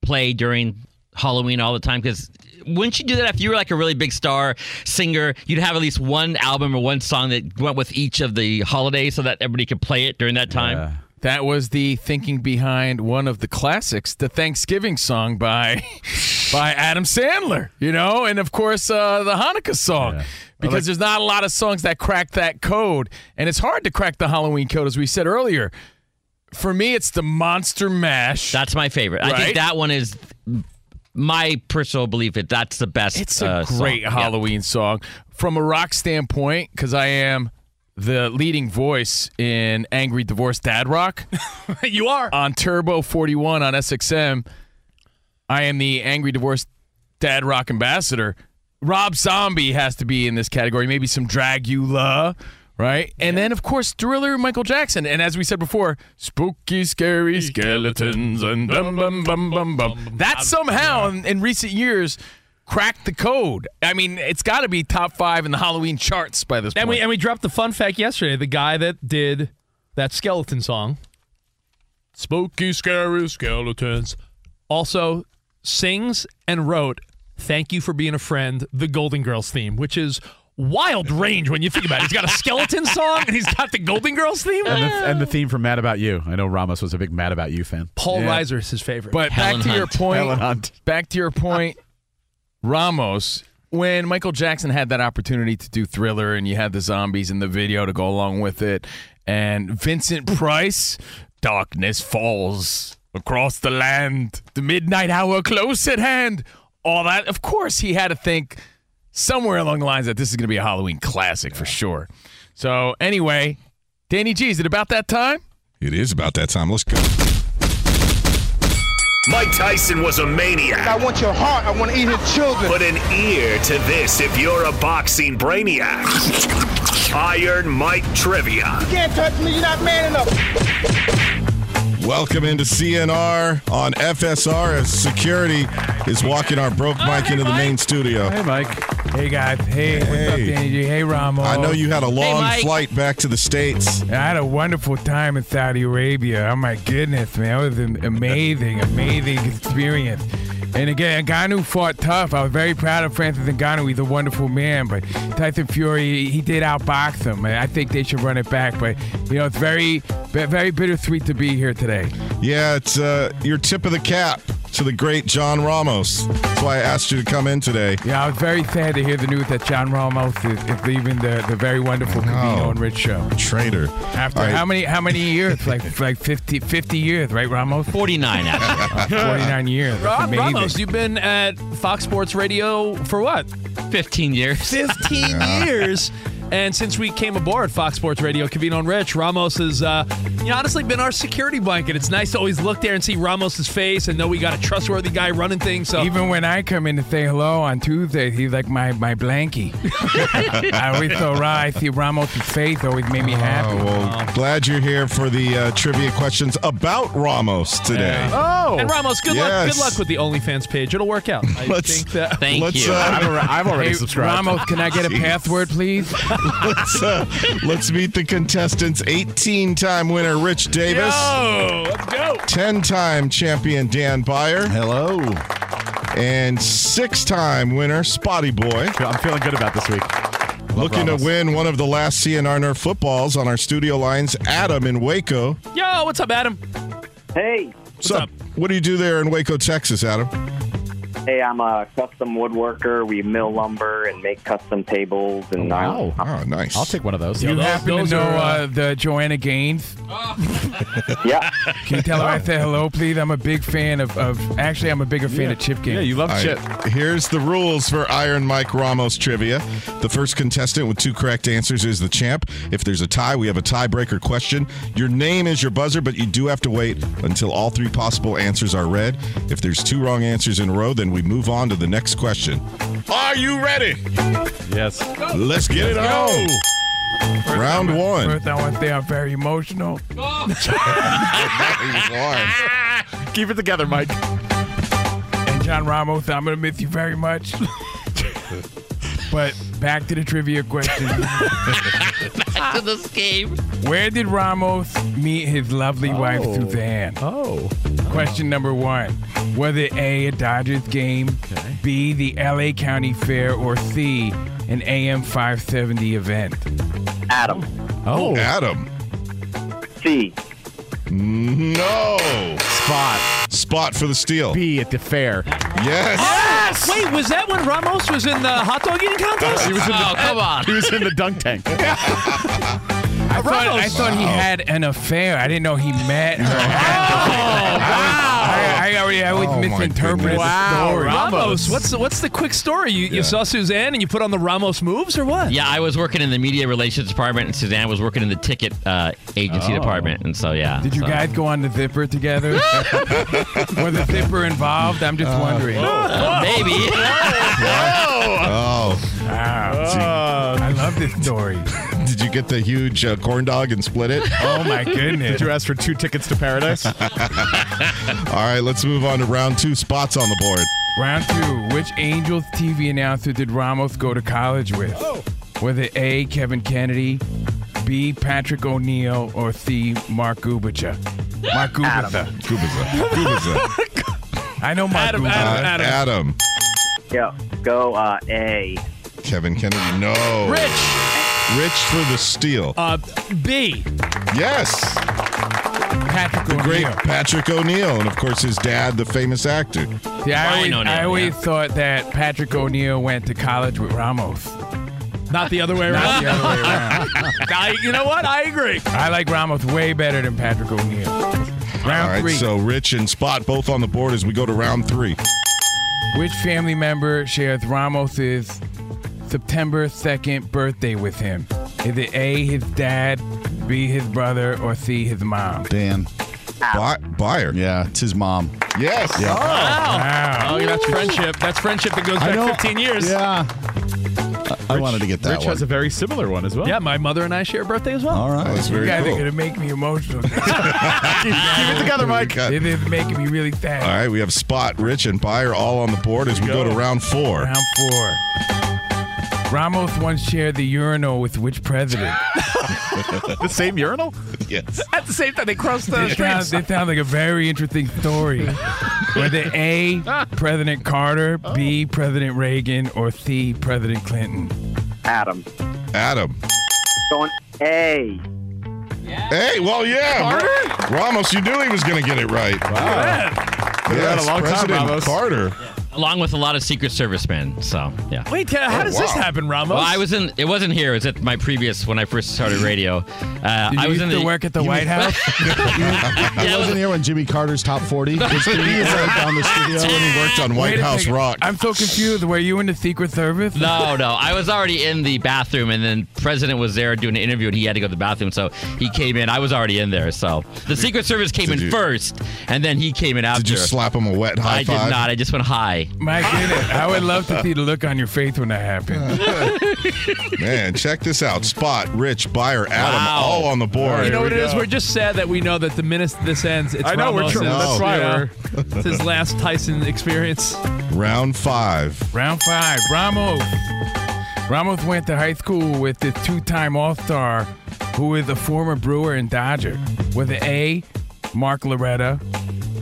S8: play during Halloween all the time? Because wouldn't you do that if you were like a really big star singer? You'd have at least one album or one song that went with each of the holidays so that everybody could play it during that time.
S5: uh, That was the thinking behind one of the classics, the Thanksgiving song by by Adam Sandler, you know, and of course uh, the Hanukkah song. Because there's not a lot of songs that crack that code, and it's hard to crack the Halloween code, as we said earlier. For me, it's the Monster Mash.
S8: That's my favorite. I think
S5: Right?
S8: that one is my personal belief that that's the best.
S5: It's a
S8: uh, song.
S5: great
S8: Yeah.
S5: Halloween song from a rock standpoint because I am the leading voice in angry divorced dad rock.
S4: you are
S5: on Turbo Forty One on SXM. I am the angry divorced dad rock ambassador. Rob Zombie has to be in this category. Maybe some Dragula, right? And then of course Thriller, Michael Jackson, and as we said before, spooky, scary skeletons and bum bum bum bum bum. That somehow in, in recent years. Cracked the code. I mean, it's got to be top five in the Halloween charts by this
S4: And
S5: point.
S4: we and we dropped the fun fact yesterday. The guy that did that skeleton song, "Spooky Scary Skeletons," also sings and wrote "Thank You for Being a Friend," the Golden Girls theme, which is wild range when you think about it. He's got a skeleton song and he's got the Golden Girls theme.
S6: And the, and the theme from Mad About You. I know Ramos was a big Mad About You fan.
S4: Paul Reiser is his favorite.
S5: But back to your point,
S6: Helen Hunt.
S5: back to your point, Ramos. When Michael Jackson had that opportunity to do Thriller, and you had the zombies in the video to go along with it, and Vincent Price, Darkness Falls across the land, the midnight hour close at hand, all that. Of course, he had to think somewhere along the lines that this is going to be a Halloween classic for sure. So, anyway, Danny G, is it about that time?
S16: It is about that time. Let's go.
S10: Mike Tyson was a maniac. I want your heart. I want to eat his children. Put an ear to this if you're a boxing brainiac. Iron Mike Trivia.
S17: You can't touch me, you're not man enough.
S16: Welcome into CNR on FSR as security is walking our broke Mike into the main studio. Hey, Mike.
S18: Hey guys. Hey, what's up,
S16: Hey.
S18: Danny G? Hey, Ramos.
S16: I know you had a long
S18: Mike.
S16: flight back to the States.
S18: I had a wonderful time in Saudi Arabia. Oh my goodness, man, it was an amazing, amazing experience. And again, Ngannou fought tough. I was very proud of Francis Ngannou. He's a wonderful man, but Tyson Fury, he did outbox him. And I think they should run it back. But you know, it's very, very bittersweet to be here today.
S16: Yeah, it's uh, your tip of the cap to the great John Ramos. That's why I asked you to come in today.
S18: Yeah, I was very sad to hear the news that John Ramos is, is leaving the, the very wonderful Camino and Rich show.
S16: Traitor.
S18: After
S16: All right.
S18: how many how many years? Like like 50, 50 years, right, Ramos? Forty nine. Forty nine years. That's
S4: Rob
S18: amazing.
S4: Ramos, you've been at Fox Sports Radio for what?
S8: 15 years.
S4: 15
S8: Yeah.
S4: years. And since we came aboard Fox Sports Radio, Kavino and Rich, Ramos has, uh, you know, honestly been our security blanket. It's nice to always look there and see Ramos's face and know we got a trustworthy guy running things. So
S18: Even when I come in to say hello on Tuesday, he's like my my blankie. I always so right. I see Ramos' face always made me happy.
S16: Oh, Well, glad you're here for the uh, trivia questions about Ramos today.
S4: Oh, and Ramos, good luck.
S16: Yes.
S4: Good luck with the OnlyFans page. It'll work out. I
S16: Let's-
S4: think that.
S16: Thank let's, you. uh, I've alre- I've already
S18: Hey,
S16: subscribed.
S18: Ramos, can I get a
S16: Jeez.
S18: password, please?
S16: let's, uh, let's meet the contestants 18 time winner Rich Davis.
S18: Yo, let's go.
S16: 10 time champion Dan Byer. Hello. And six time winner Spotty Boy. I'm feeling good about this week. Looking to
S6: Ramos.
S16: win one of the last CNR Nerf footballs on our studio lines, Adam in Waco.
S4: Yo, what's up, Adam?
S19: Hey.
S16: What's up? What do you do there in Waco, Texas, Adam?
S19: Hey, I'm a custom woodworker. We mill lumber and make custom tables and wow.
S16: Oh, nice.
S6: I'll take one of those.
S18: Do you happen to know uh, the Joanna Gaines?
S19: yeah.
S18: Can you tell her I said hello, please? I'm a big fan of, of actually, I'm a bigger fan of Chip Gaines.
S16: All right, Here's the rules for Iron Mike Ramos trivia. The first contestant with two correct answers is the champ. If there's a tie, we have a tiebreaker question. Your name is your buzzer, but you do have to wait until all three possible answers are read. If there's two wrong answers in a row, then we move on to the next question. Are you ready? Yes. Let's get it on. Round one.
S18: First, I want to say I'm very emotional.
S6: Keep it together, Mike.
S18: And John Ramos, I'm going to miss you very much. but back to the trivia question.
S8: to this game.
S18: Where did Ramos meet his lovely wife Suzanne?
S11: Oh.
S18: Question number one: Was it A a Dodgers game, B the L.A. County Fair, or C an AM 570 event?
S4: Adam.
S16: Oh, Adam.
S4: C.
S16: No.
S6: Spot.
S16: Spot for the steal.
S6: B at the fair.
S16: Yes.
S11: Yes! Wait, was that when Ramos was in the hot dog eating contest?
S6: He was in the,
S11: Oh,
S6: He was in the dunk tank.
S18: I thought, I
S11: Ramos.
S18: thought he
S11: Wow.
S18: had an affair. I didn't know he met her. oh, wow. I, I already I
S11: Oh,
S18: always misinterpreted the story.
S11: Ramos. What's the, what's the quick story? You, you saw Suzanne and you put on the Ramos moves or what?
S8: Yeah, I was working in the media relations department, and Suzanne was working in the ticket uh, agency
S18: Oh.
S8: department, and so yeah.
S18: Did you
S8: so.
S18: guys go on the zipper together? Was the zipper involved? I'm just wondering.
S8: Uh, maybe.
S16: Oh.
S18: I love this story.
S16: Did you get the huge uh, corn dog and split it?
S18: Oh my goodness.
S6: Did you ask for two tickets to paradise?
S16: All right, let's move on to round two. Spots on the board.
S18: Round two. Which Angels TV announcer did Ramos go to college with?
S11: Oh.
S18: Was it A. Kevin Kennedy, B. Patrick O'Neill, or C. Mark Gubica? Mark Gubica.
S16: Gubica. Gubica.
S18: I know Mark Gubica.
S16: Uh, Adam.
S4: Yeah, go uh, A.
S16: Kevin Kennedy. No.
S11: Rich.
S16: Rich for the steal.
S11: Uh, B.
S16: Yes.
S18: Patrick
S16: The great
S18: O'Neill.
S16: Patrick O'Neill, and of course his dad, the famous actor.
S18: Yeah, I
S8: Ryan
S18: always,
S8: O'Neal,
S18: I always
S8: yeah.
S18: thought that Patrick O'Neill went to college with Ramos.
S11: Not the other way around.
S18: the other way around.
S11: I- you know what? I agree.
S18: I like Ramos way better than Patrick O'Neill.
S16: All
S18: Round
S16: right,
S18: three.
S16: so Rich and Spot both on the board as we go to round three.
S18: Which family member shares Ramos's September 2nd birthday with him? Is it A, his dad, B, his brother, or C, his mom?
S1: Dan.
S16: Buy- buyer.
S1: Yeah, it's his mom.
S16: Yes.
S6: Oh.
S1: Yeah.
S18: Wow.
S11: Oh, yeah, that's friendship. That's friendship that goes
S1: I
S11: back
S1: know.
S11: 15 years.
S1: Yeah. I, I wanted to get that
S6: Rich
S1: one.
S6: has a very similar one as well.
S11: Yeah, my mother and I share a birthday as well.
S1: All right.
S16: That was
S18: Oh, You
S16: very
S18: guys are
S16: cool.
S18: going to make me emotional.
S6: Keep it together, Mike.
S16: Cut.
S18: it is making me really sad.
S16: All right, we have Spot, Rich, and Buyer all on the board as we go, to round four.
S18: Round four. Ramos once shared the urinal with which president?
S6: The same urinal?
S16: Yes.
S11: At the same time, they cross the
S18: This sounds,
S11: streets.
S18: this sounds like a very interesting story. Whether A, President Carter, B, President Reagan, or C, President Clinton.
S4: Adam.
S16: Adam.
S4: Going A.
S16: Hey, well, yeah. Ramos, you knew he was going to get it right. Wow.
S6: had a long time,
S16: President
S6: Ramos.
S16: Carter.
S8: Along with a lot of Secret Service men, so yeah.
S11: Wait, Ted, how
S16: Oh,
S11: does this
S16: wow.
S11: happen, Ramos?
S8: Well, I was in. It wasn't here. It was at my previous when I first started radio. Uh,
S18: Did you
S8: I was
S18: used
S8: in
S18: to
S8: the
S18: work at the White House?
S8: Yeah,
S1: I
S8: it was-
S1: wasn't here when Jimmy Carter's top 40 was doing it right down the studio.
S16: He worked on
S18: Wait
S16: White
S18: a
S16: House
S18: second.
S16: Rock.
S18: I'm so confused. Were you in the Secret Service?
S8: No, no. I was already in the bathroom, and then President was there doing an interview, and he had to go to the bathroom, so he came in. I was already in there, so the Secret Service came
S16: Did
S8: in
S16: you-
S8: first, and then he came in after.
S16: Did you slap him a wet high
S8: I did
S16: five?
S8: not. I just went high.
S18: My goodness. I would love to see the look on your face when that happened.
S16: Man, check this out. Spot, Rich, Buyer, Adam,
S8: Wow.
S16: all on the board.
S11: you know what it
S6: we
S11: is?
S6: go.
S11: We're just sad that we know that the minute this ends, it's
S6: I know, we're
S11: Ramos's.
S6: tr- that's why
S11: Yeah. it's his last Tyson experience.
S16: Round five.
S18: Round five, Ramos. Ramos went to high school with the two-time All-Star, who is a former Brewer and Dodger. With an A, Mark Loretta,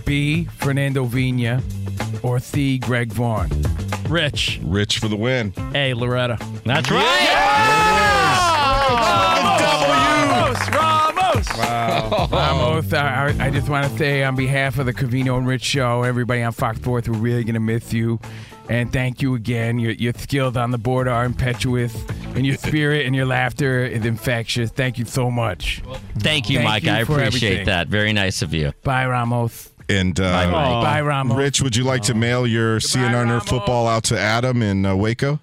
S18: B, Fernando Vina, or C, Greg Vaughn.
S11: Rich.
S16: Rich for the win.
S11: Hey, Loretta.
S8: That's right.
S11: Ramos! Ramos!
S18: Ramos, I, I I just want to say on behalf of the Covino and Rich Show, everybody on Fox Sports, we're really going to miss you. And thank you again. Your, your skills on the board are impetuous, and your spirit and your laughter is infectious. Thank you so much.
S8: Thank you,
S18: Thank
S8: Mike.
S18: you
S8: I
S18: for
S8: appreciate
S18: everything.
S8: that. Very nice of you.
S18: Bye, Ramos.
S16: And
S8: Bye,
S16: uh,
S8: Mike.
S18: Bye, Ramos.
S16: Rich, would you like to mail your CNR Nerf football out to Adam in uh, Waco?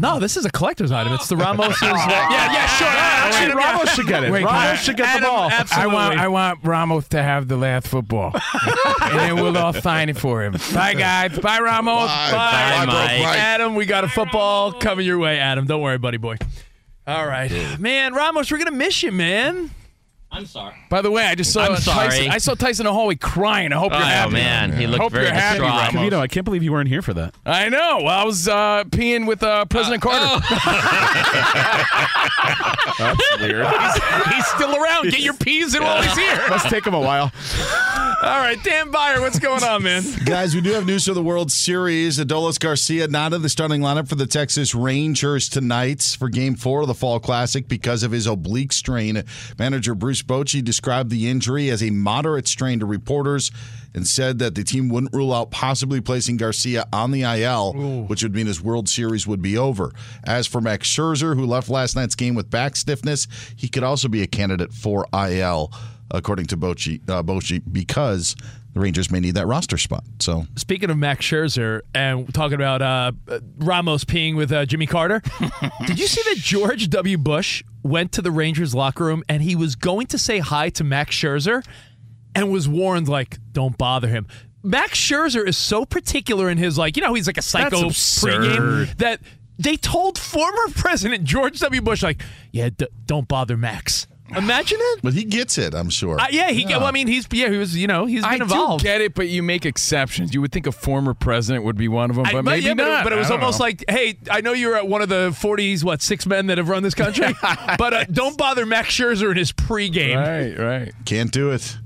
S11: No, this is a collector's item. It's the Ramos's. yeah, yeah, sure.
S6: Actually, Ramos should get it.
S18: Wait,
S6: Ramos
S18: can I-
S6: should get the
S11: Adam,
S6: ball.
S18: I
S11: Absolutely.
S18: want, I want Ramos to have the last football, and then we'll all sign it for him. Bye, guys. Bye, Ramos.
S8: Bye,
S16: bro,
S8: Mike.
S11: Adam, we got a football coming your way, Adam. Don't worry, buddy boy. All right. Man, Ramos, we're going to miss you, man.
S8: I'm sorry.
S5: By the way, I just saw
S8: I'm sorry.
S5: Tyson. I saw Tyson in the hallway crying. I hope you're
S8: Oh,
S5: happy.
S8: man, he looked
S5: hope
S8: very
S5: you're happy,
S8: distraught.
S5: Ramos.
S6: Cavito, I can't believe you weren't here for that.
S5: I know. Well, I was uh, peeing with uh, oh. President Carter.
S6: That's weird.
S5: he's, he's still around. Get your peas in while he's here.
S6: Must take him a while.
S5: All right, Dan Byer, what's going on, man?
S7: Guys, we do have news of the World Series. Adolis Garcia not in the starting lineup for the Texas Rangers tonight for Game Four of the Fall Classic because of his oblique strain. Manager Bruce Bochy described the injury as a moderate strain to reporters and said that the team wouldn't rule out possibly placing Garcia on the IL, which would mean his World Series would be over. As for Max Scherzer, who left last night's game with back stiffness, he could also be a candidate for IL, according to Bochy, uh, Bochy because the Rangers may need that roster spot. So
S4: Speaking of Max Scherzer and talking about uh, Ramos peeing with uh, Jimmy Carter, did you see that George W. Bush went to the Rangers locker room and he was going to say hi to Max Scherzer and was warned like, "Don't bother him." Max Scherzer is so particular in his like, you know, he's like a psycho
S6: absurd.
S4: pregame that they told former President George W. Bush like, "Yeah, d- don't bother Max." Imagine it.
S7: But he gets it, I'm sure.
S4: Uh, yeah, he. Well, I mean, he's yeah, he was you know he's been
S5: I
S4: involved.
S5: do get it, but you make exceptions. You would think a former president would be one of them,
S4: I-
S5: but maybe
S4: yeah,
S5: not.
S4: But, it was
S5: I don't
S4: almost
S5: know.
S4: like, hey, I know you're at one of the 40s, what, six men that have run this country, but uh, don't bother Max Scherzer in his pregame.
S5: Right, right.
S7: Can't do it.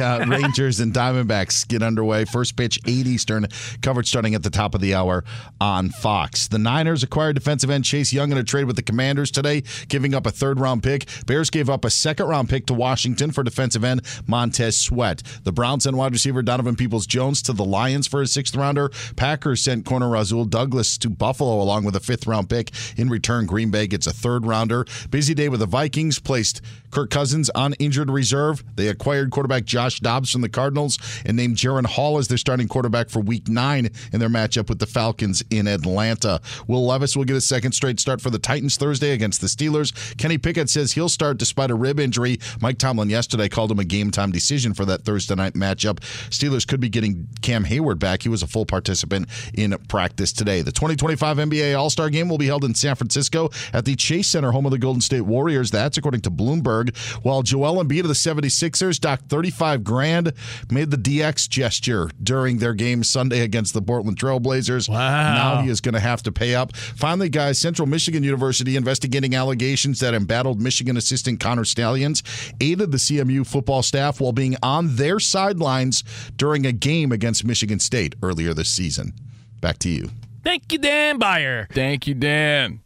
S7: uh, Rangers and Diamondbacks get underway. First pitch, 8 Eastern. Coverage starting at the top of the hour on Fox. The Niners acquired defensive end Chase Young in a trade with the Commanders today, giving up a third round pick. Bears gave up a second round pick to Washington for defensive end Montez Sweat. The Browns sent wide receiver Donovan Peoples Jones to the Lions for a sixth rounder. Packers sent corner uh, Razul Douglas to Buffalo along with a fifth round pick. In return, Green Bay gets a third rounder. Busy day with the Vikings placed Kirk Cousins on injured reserve. They acquired quarterback Josh Dobbs from the Cardinals and named Jaron Hall as their starting quarterback for week nine in their matchup with the Falcons in Atlanta. Will Levis will get a second straight start for the Titans Thursday against the Steelers. Kenny Pickett says he'll start despite a rib injury. Mike Tomlin yesterday called him a game time decision for that Thursday night matchup. Steelers could be getting Cam Hayward back. He was a full participant in practice today. The 2025 NBA All Star game will be held in San Francisco at the Chase Center, home of the Golden State Warriors. That's according to Bloomberg. While Joel Embiid of the 76ers docked 35 grand, made the DX gesture during their game Sunday against the Portland Trailblazers. Wow. Now he is going to have to pay up. Finally, guys, Central Michigan University investigating allegations that embattled Michigan assistant Connor Stallions aided the CMU football staff while being on their sidelines during a game against Michigan State earlier this season. Back to you.
S4: Thank you, Dan Byer.
S5: Thank you, Dan.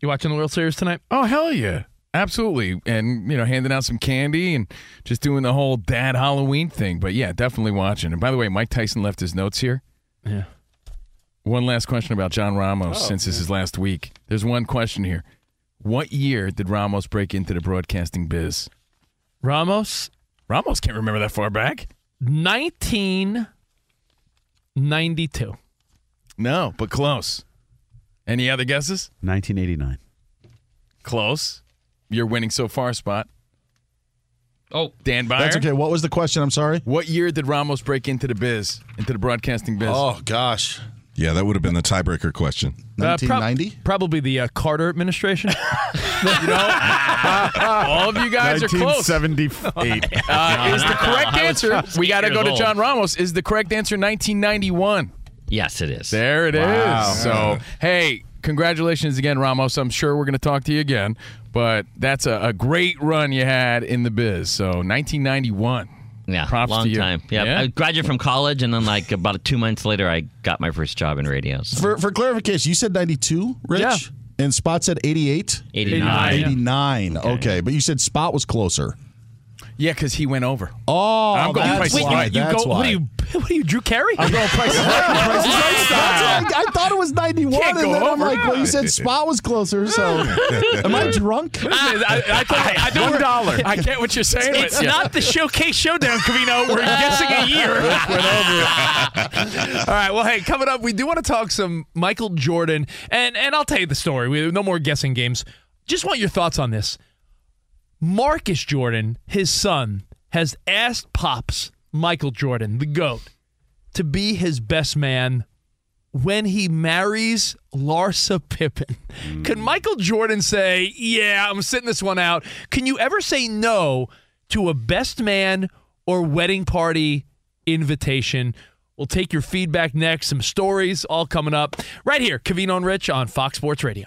S4: You watching the World Series tonight?
S5: Oh hell yeah, absolutely. And you know, handing out some candy and just doing the whole dad Halloween thing. But yeah, definitely watching. And by the way, Mike Tyson left his notes here.
S4: Yeah.
S5: One last question about John Ramos
S4: Oh,
S5: since this is last week. There's one question here. What year did Ramos break into the broadcasting biz?
S4: Ramos?
S5: Ramos can't remember that far back.
S4: 1992. Uh,
S5: No, but close. Any other guesses?
S6: 1989.
S5: Close. You're winning so far, spot.
S8: Oh,
S5: Dan Byer.
S7: That's okay. What was the question? I'm sorry.
S5: What year did Ramos break into the biz, into the broadcasting biz?
S7: Oh gosh.
S20: Yeah, that would have been the tiebreaker question.
S4: Uh, prob- probably the uh, Carter administration.
S5: you know, all of you guys are close.
S6: 1978.
S5: Uh, is the correct
S8: I was
S5: answer? We got to
S8: years
S5: go to
S8: old.
S5: John Ramos. Is the correct answer 1991?
S8: Yes, it is.
S5: There it is.
S8: Wow.
S5: So, hey, congratulations again, Ramos. I'm sure we're going to talk to you again, but that's a, a great run you had in the biz. So, 1991.
S8: Yeah,
S5: Props
S8: long
S5: to you.
S8: time. Yeah, I graduated from college, and then like about two months later, I got my first job in radio. So.
S7: For, for clarification, you said 92, Rich? And Spot said 88?
S8: 89.
S7: 89. Okay. But you said Spot was closer.
S5: Yeah, because he went over.
S7: Oh,
S5: I'm going
S7: that's
S5: Price is
S7: why.
S5: Right.
S7: that's
S5: go-
S7: why.
S5: what do you- What are you, Drew Carey? I'm going Price is Right.
S7: Price is
S4: Oh,
S7: Right style. That's what I, I thought it was 91,
S5: Can't
S7: and
S5: go
S7: then I'm
S5: over.
S7: like, well, you said Spot was closer, so am I drunk?
S4: I, I, I, I don't-
S5: One dollar. I get what you're saying.
S4: It's
S5: but-
S4: not the showcase showdown, Camino. We're guessing a year. All right. Well, hey, coming up, we do want to talk some Michael Jordan, and and I'll tell you the story. We no more guessing games. Just want your thoughts on this. Marcus Jordan, his son, has asked Pops Michael Jordan, the goat, to be his best man
S11: when he marries Larsa Pippen. Could Michael Jordan say, Yeah, I'm sitting this one out? Can you ever say no to a best man or wedding party invitation? We'll take your feedback next. Some stories all coming up right here, Kavino and Rich on Fox Sports Radio.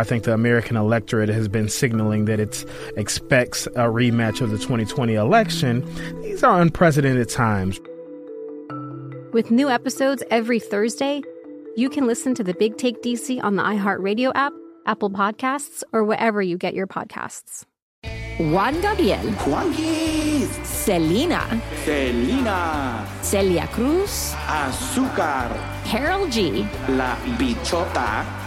S12: I think the American electorate has been signaling that it expects a rematch of the 2020 election. These are unprecedented times.
S13: With new episodes every Thursday, you can listen to the Big Take DC on the iHeartRadio app, Apple Podcasts, or wherever you get your podcasts.
S14: Juan Gabriel. Selena.
S15: Selena.
S14: Celia Cruz.
S15: Azúcar.
S14: Carol G.
S15: La bichota.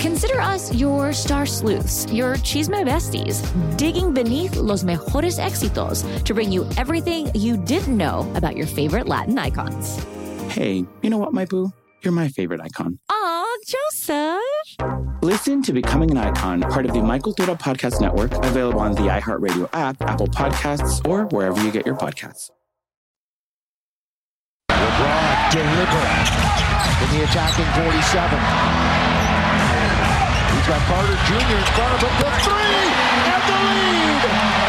S14: Consider us your star sleuths, your chisme besties, digging beneath los mejores éxitos to bring you everything you didn't know about your favorite Latin icons.
S15: Hey, you know what, my boo? You're my favorite icon.
S14: Aw, Joseph!
S15: Listen to Becoming an Icon, part of the Michael Duda Podcast Network, available on the iHeartRadio app, Apple Podcasts, or wherever you get your podcasts.
S17: LeBron deliberate in the attacking 47. He's got Carter Jr. in front of him. The three and the lead.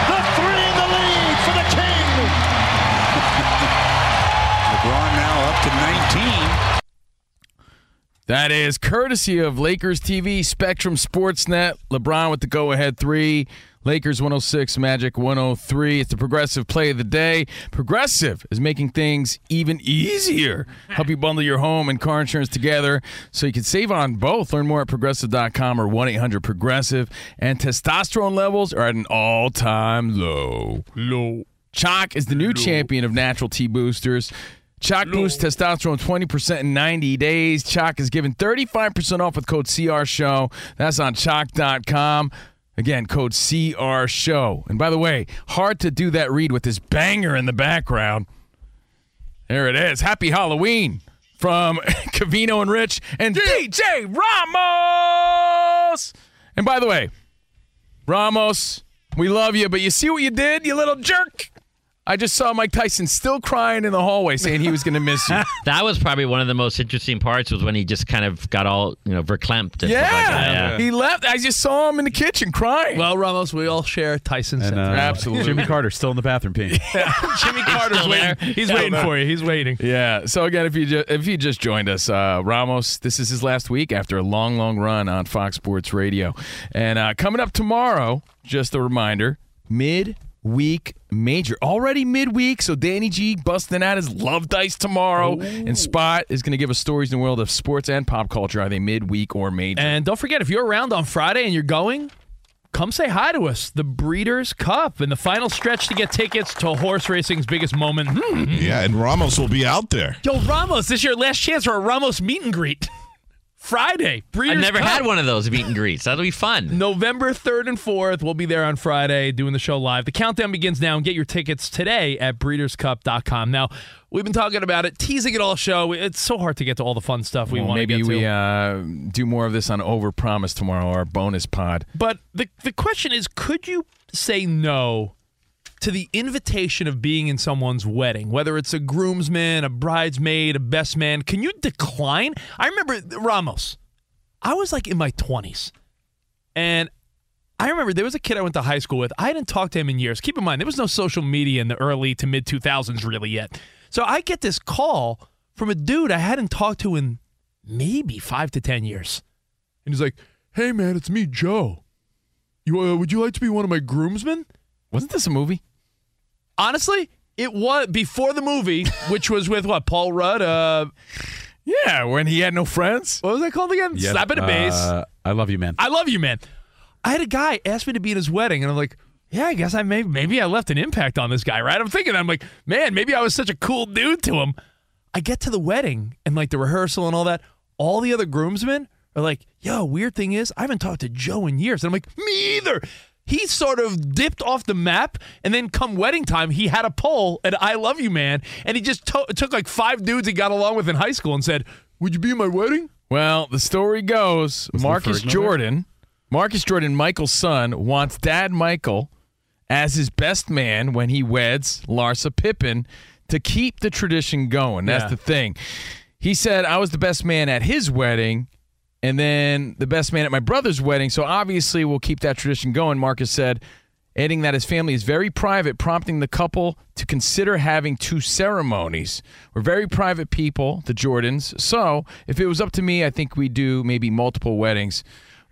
S17: The three and the lead for the King.
S21: LeBron now up to 19.
S5: That is courtesy of Lakers TV, Spectrum Sportsnet. LeBron with the go ahead three. Lakers 106, Magic 103. It's the progressive play of the day. Progressive is making things even easier. Help you bundle your home and car insurance together so you can save on both. Learn more at progressive.com or 1 800 Progressive. And testosterone levels are at an all time low. Low. Chalk is the new champion of natural T boosters. Chalk boosts testosterone 20% in 90 days. Chalk is given 35% off with code CR Show. That's on chalk.com. Again, code CR Show. And by the way, hard to do that read with this banger in the background. There it is. Happy Halloween from Cavino and Rich and DJ Ramos. And by the way, Ramos, we love you, but you see what you did, you little jerk? I just saw Mike Tyson still crying in the hallway saying he was going to miss you.
S8: That was probably one of the most interesting parts was when he just kind of got all you know verklempt. And
S5: yeah.
S8: stuff like that.
S5: He left. I just saw him in the kitchen crying.
S4: Well, Ramos, we all share Tyson's
S6: And, uh,
S5: Absolutely.
S6: Jimmy Carter still in the bathroom peeing.
S5: Jimmy Carter's
S4: waiting- he's waiting for you. He's waiting.
S5: Yeah. So again, if you ju- if you just joined us, uh, Ramos, this is his last week after a long, long run on Fox Sports Radio, and uh, coming up tomorrow, just a reminder, midweek major already midweek so danny g busting out his love dice tomorrow and spot is going to give us stories in the world of sports and pop culture are they midweek or major
S4: And don't forget, if you're around on Friday and you're going, come say hi to us. The Breeders' Cup in the final stretch to get tickets to horse racing's biggest moment. Hmm.
S5: Mm-hmm.
S22: Yeah, and Ramos will be out there.
S4: Yo, Ramos, this is your last chance for a Ramos meet and greet. Friday, Breeders'
S8: I've never
S4: Cup.
S8: had one of those meet and greets. That'll be fun.
S4: November 3rd and 4th. We'll be there on Friday doing the show live. The countdown begins now and get your tickets today at breederscup.com. Now, we've been talking about it, teasing it all show. It's so hard to get to all the fun stuff we
S5: Well,
S4: want
S5: maybe
S4: to get
S5: we
S4: to.
S5: uh, do more of this on overpromise tomorrow our bonus pod
S4: But the the question is, could you say no to the invitation of being in someone's wedding, whether it's a groomsman, a bridesmaid, a best man? Can you decline? I remember Ramos. I was like in my twenties, and I remember there was a kid I went to high school with. I hadn't talked to him in years. Keep in mind, there was no social media in the early to mid 2000s really yet. So I get this call from a dude I hadn't talked to in maybe five to 10 years. And he's like, hey, man, it's me, Joe. You, uh, would you like to be one of my groomsmen?
S5: Wasn't this a movie?
S4: Honestly, it was before the movie, which was with what, Paul Rudd? Uh,
S5: yeah, when he had no friends.
S4: What was that called again?
S6: Yes,
S4: Slap in the
S6: uh,
S4: bass.
S6: I love you, man.
S4: I love you, man. I had a guy ask me to be at his wedding, and I'm like, yeah, I guess I may, maybe I left an impact on this guy, right? I'm thinking, I'm like, man, maybe I was such a cool dude to him. I get to the wedding and like the rehearsal and all that. All the other groomsmen are like, yo, weird thing is, I haven't talked to Joe in years. And I'm like, me either. He sort of dipped off the map, and then come wedding time, he had a poll at I Love You Man, and he just to- took like five dudes he got along with in high school and said, Would you be at my wedding?
S5: Well, the story goes Marcus
S4: Fergner there?
S5: Jordan, Marcus Jordan, Michael's son, wants dad Michael as his best man when he weds Larsa Pippen to keep the tradition going. That's
S4: Yeah.
S5: the thing. He said, I was the best man at his wedding and then the best man at my brother's wedding. So obviously, we'll keep that tradition going. Marcus said, adding that his family is very private, prompting the couple to consider having two ceremonies. We're very private people, the Jordans. So if it was up to me, I think we do maybe multiple weddings.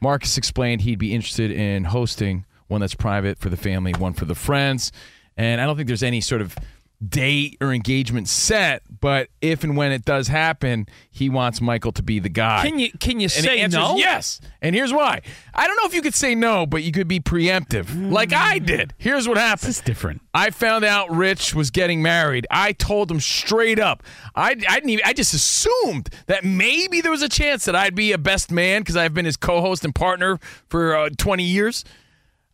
S5: Marcus explained he'd be interested in hosting one that's private for the family, one for the friends. And I don't think there's any sort of date or engagement set, but if and when it does happen, he wants Michael to be the guy.
S4: Can you can you
S5: And the
S4: say
S5: answer is
S4: no?
S5: yes. And here's why. I don't know if you could say no, but you could be preemptive, like
S4: Mm.
S5: I did. Here's what happened. This is
S6: different.
S5: I found out Rich was getting married. I told him straight up. I, I didn't even. I just assumed that maybe there was a chance that I'd be a best man because I've been his co-host and partner for uh, 20 years.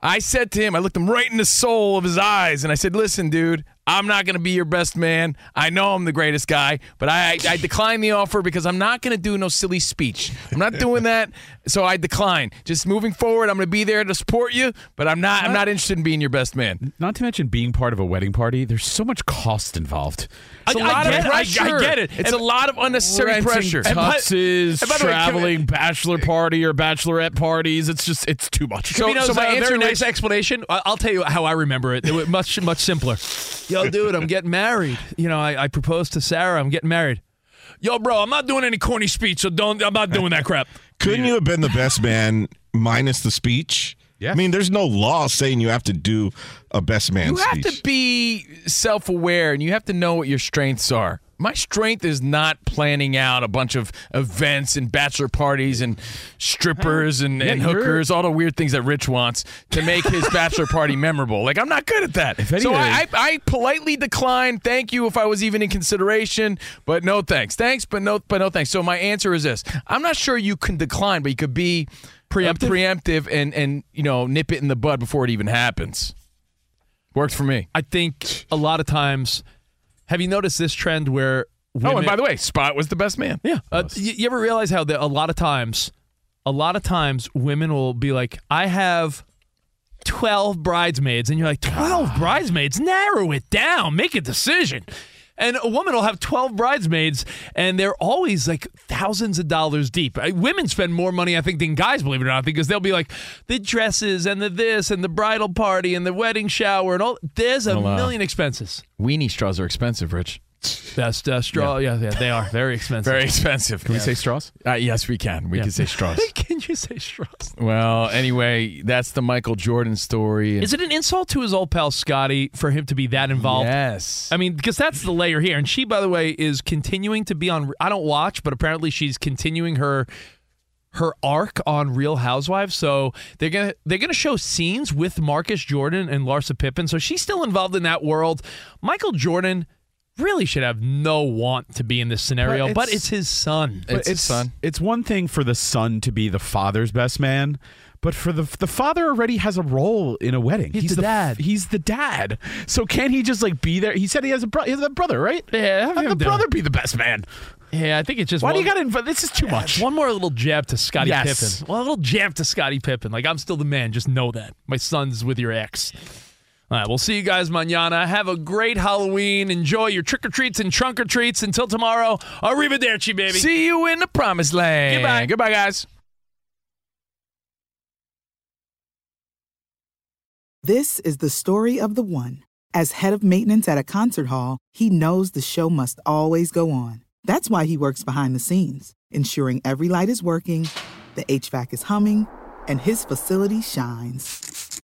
S5: I said to him, I looked him right in the soul of his eyes, and I said, "Listen, dude, I'm not going to be your best man. I know I'm the greatest guy, but I, I declined the offer because I'm not going to do no silly speech. I'm not doing that, so I decline. Just moving forward, I'm going to be there to support you, but I'm not. I'm not interested in being your best man.
S6: Not to mention being part of a wedding party, there's so much cost involved.
S5: It's a
S4: I- I
S5: lot
S4: get
S5: of
S4: it. I- I
S5: pressure.
S4: get it.
S5: It's
S4: And-
S5: a lot of unnecessary
S6: Renting
S5: pressure.
S6: tuxes,
S5: And by the way, can-
S6: traveling, bachelor party or bachelorette parties. It's just, it's too much.
S4: So, so my answer, very
S6: Rich,
S4: nice explanation. I- I'll tell you how I remember it. It was much much simpler. Yo, dude, I'm getting married. You know, I, I proposed to Sarah. I'm getting married. Yo, bro, I'm not doing any corny speech. So don't. I'm not doing that crap.
S16: Couldn't you have been the best man minus the speech? Yeah. I mean, there's no law saying you have to do a best man
S5: You have
S16: speech.
S5: to be self aware and you have to know what your strengths are. My strength is not planning out a bunch of events and bachelor parties and strippers and, and
S6: Yeah, you're-
S5: hookers, all the weird things that Rich wants to make his bachelor party memorable. Like, I'm not good at that. so I, I, I politely declined. Thank you if I was even in consideration, but no thanks. Thanks, but no, but no thanks. So my answer is this I'm not sure you can decline, but you could be preemptive, preemptive and, and, you know, nip it in the bud before it even happens. Worked for me.
S4: I think a lot of times. Have you noticed this trend where?
S5: Oh,
S4: women-
S5: and by the way, Spot was the best man.
S4: Yeah. Uh, you, you ever realize how that a lot of times, a lot of times women will be like, I have 12 bridesmaids. And you're like, 12 bridesmaids? Narrow it down. Make a decision. And a woman will have 12 bridesmaids, and they're always like thousands of dollars deep. Uh, Women spend more money, I think, than guys, believe it or not, because they'll be like the dresses and the this and the bridal party and the wedding shower and all. There's a
S5: Well, uh,
S4: million expenses.
S5: Weenie straws are expensive, Rich.
S4: Best uh, straw. Yeah. yeah, they are. Very expensive.
S5: Very expensive.
S4: Yes.
S5: straws? Uh, yes, we can. We
S4: Yeah.
S5: can say straws.
S4: Can you say straws?
S5: well, anyway, that's the Michael Jordan story.
S4: Is it an insult to his old pal Scotty for him to be that involved?
S5: Yes.
S4: I mean, because that's the layer here. And she, by the way, is continuing to be on. I don't watch, but apparently she's continuing her her arc on Real Housewives. So they're gonna they're gonna show scenes with Marcus Jordan and Larsa Pippen. So she's still involved in that world. Michael Jordan really should have no want to be in this scenario, but it's, his son.
S6: But It's one thing for the son to be the father's best man, but for the the father already has a role in a wedding. He's, the, dad. He's the dad. So can he just like be there? He said he has a brother. He has a brother, right?
S4: Yeah,
S6: have the brother be the best man.
S4: Yeah, I think it's just
S6: Why do
S4: one-
S6: you got to invite? This is too much.
S4: One more little jab to Scottie
S6: Yes.
S4: Pippen. Well, a little jab to Scottie Pippen. Like, I'm still the man. Just know that. My son's with your ex. All right, we'll see you guys manana. Have a great Halloween. Enjoy your trick or treats and trunk or treats. Until tomorrow, arrivederci, baby.
S5: See you in the promised land.
S4: Goodbye.
S5: Goodbye, guys.
S11: This is the story of the one. As head of maintenance at a concert hall, he knows the show must always go on. That's why he works behind the scenes, ensuring every light is working, the HVAC is humming, and his facility shines.